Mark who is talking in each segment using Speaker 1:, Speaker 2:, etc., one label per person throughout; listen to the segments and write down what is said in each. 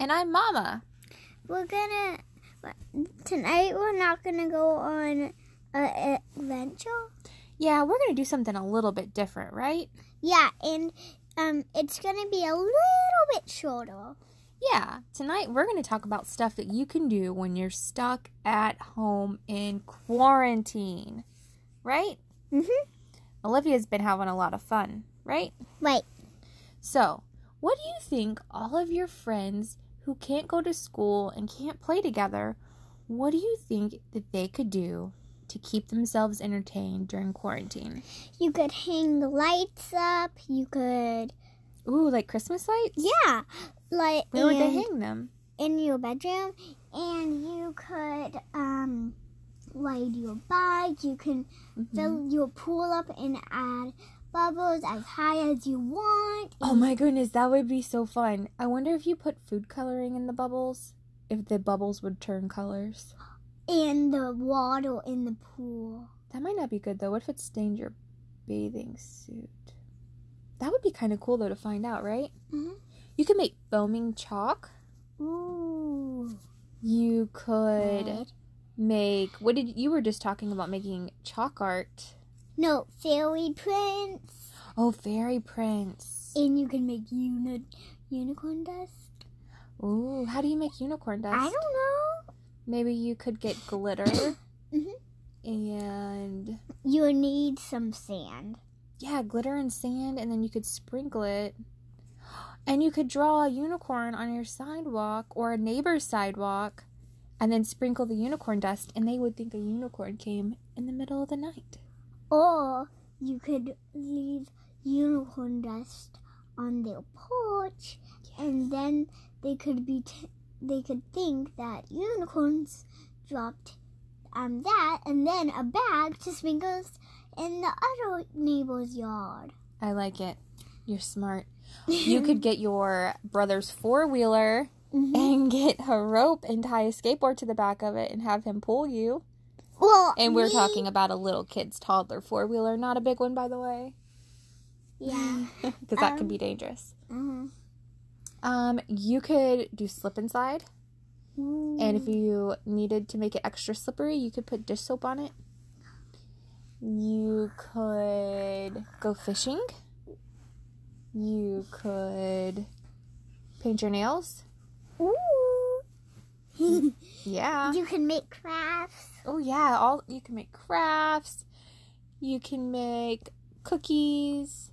Speaker 1: And I'm Mama.
Speaker 2: We're gonna tonight. We're not gonna go on an adventure.
Speaker 1: Yeah, we're going to do something a little bit different, right?
Speaker 2: Yeah, and um, it's gonna be a little bit shorter.
Speaker 1: Yeah, tonight we're going to talk about stuff that you can do when you're stuck at home in quarantine, right?
Speaker 2: Mhm.
Speaker 1: Olivia's been having a lot of fun, right?
Speaker 2: Right.
Speaker 1: So, what do you think all of your friends who can't go to school and can't play together, what do you think that they could do to keep themselves entertained during quarantine?
Speaker 2: You could hang the lights up. You could.
Speaker 1: Ooh, like Christmas lights?
Speaker 2: Yeah. Like
Speaker 1: Where would they
Speaker 2: and-
Speaker 1: hang them?
Speaker 2: in your bedroom and you could um ride your bike you can fill your pool up and add bubbles as high as you want
Speaker 1: Oh my goodness, that would be so fun. I wonder if you put food coloring in the bubbles, if the bubbles would turn colors.
Speaker 2: and the water in the pool
Speaker 1: That might not be good though. What if it stained your bathing suit? That would be kind of cool though to find out, right?
Speaker 2: Mhm.
Speaker 1: You could make foaming chalk.
Speaker 2: ooh
Speaker 1: You could
Speaker 2: Red.
Speaker 1: make what did you were just talking about making chalk art?
Speaker 2: no fairy prints
Speaker 1: Oh, fairy prints.
Speaker 2: and you can make uni- unicorn dust
Speaker 1: Ooh, how do you make unicorn dust?
Speaker 2: i don't know
Speaker 1: Maybe you could get glitter.
Speaker 2: Mhm.
Speaker 1: And
Speaker 2: you need some sand
Speaker 1: yeah, glitter and sand, and then you could sprinkle it. And you could draw a unicorn on your sidewalk or a neighbor's sidewalk, and then sprinkle the unicorn dust, and they would think a unicorn came in the middle of the night.
Speaker 2: Or you could leave unicorn dust on their porch, and then they could be t- they could think that unicorns dropped um that, and then a bag to sprinkles in the other neighbor's yard.
Speaker 1: I like it. You're smart. You could get your brother's four wheeler
Speaker 2: Mhm.
Speaker 1: and get a rope and tie a skateboard to the back of it and have him pull you.
Speaker 2: Well,
Speaker 1: And we're
Speaker 2: me-
Speaker 1: talking about a little kid's toddler four wheeler, not a big one, by the way,
Speaker 2: Yeah.
Speaker 1: because that
Speaker 2: Um,
Speaker 1: could be dangerous.
Speaker 2: Mhm.
Speaker 1: Um, you could do slip and slide, and if you needed to make it extra slippery, you could put dish soap on it. You could go fishing. You could paint your nails.
Speaker 2: Ooh.
Speaker 1: Yeah.
Speaker 2: you can make crafts.
Speaker 1: Oh yeah, all you can make crafts. You can make cookies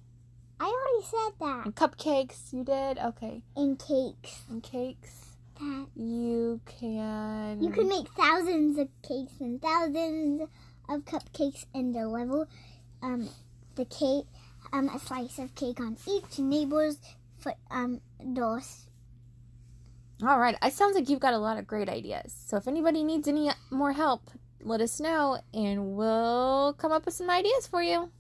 Speaker 2: I already said that.
Speaker 1: and cupcakes. You did okay,
Speaker 2: And cakes.
Speaker 1: and cakes.
Speaker 2: That
Speaker 1: You can.
Speaker 2: You can make thousands of cakes and thousands of cupcakes and deliver um, the cake, um, a slice of cake on each neighbor's foot, um, door.
Speaker 1: All right. It sounds like you've got a lot of great ideas. So if anybody needs any more help, let us know and we'll come up with some ideas for you.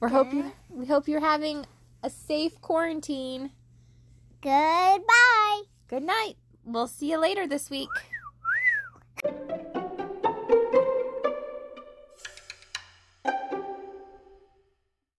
Speaker 1: We hope you we hope you're having a safe quarantine.
Speaker 2: Goodbye.
Speaker 1: Good night. We'll see you later this week.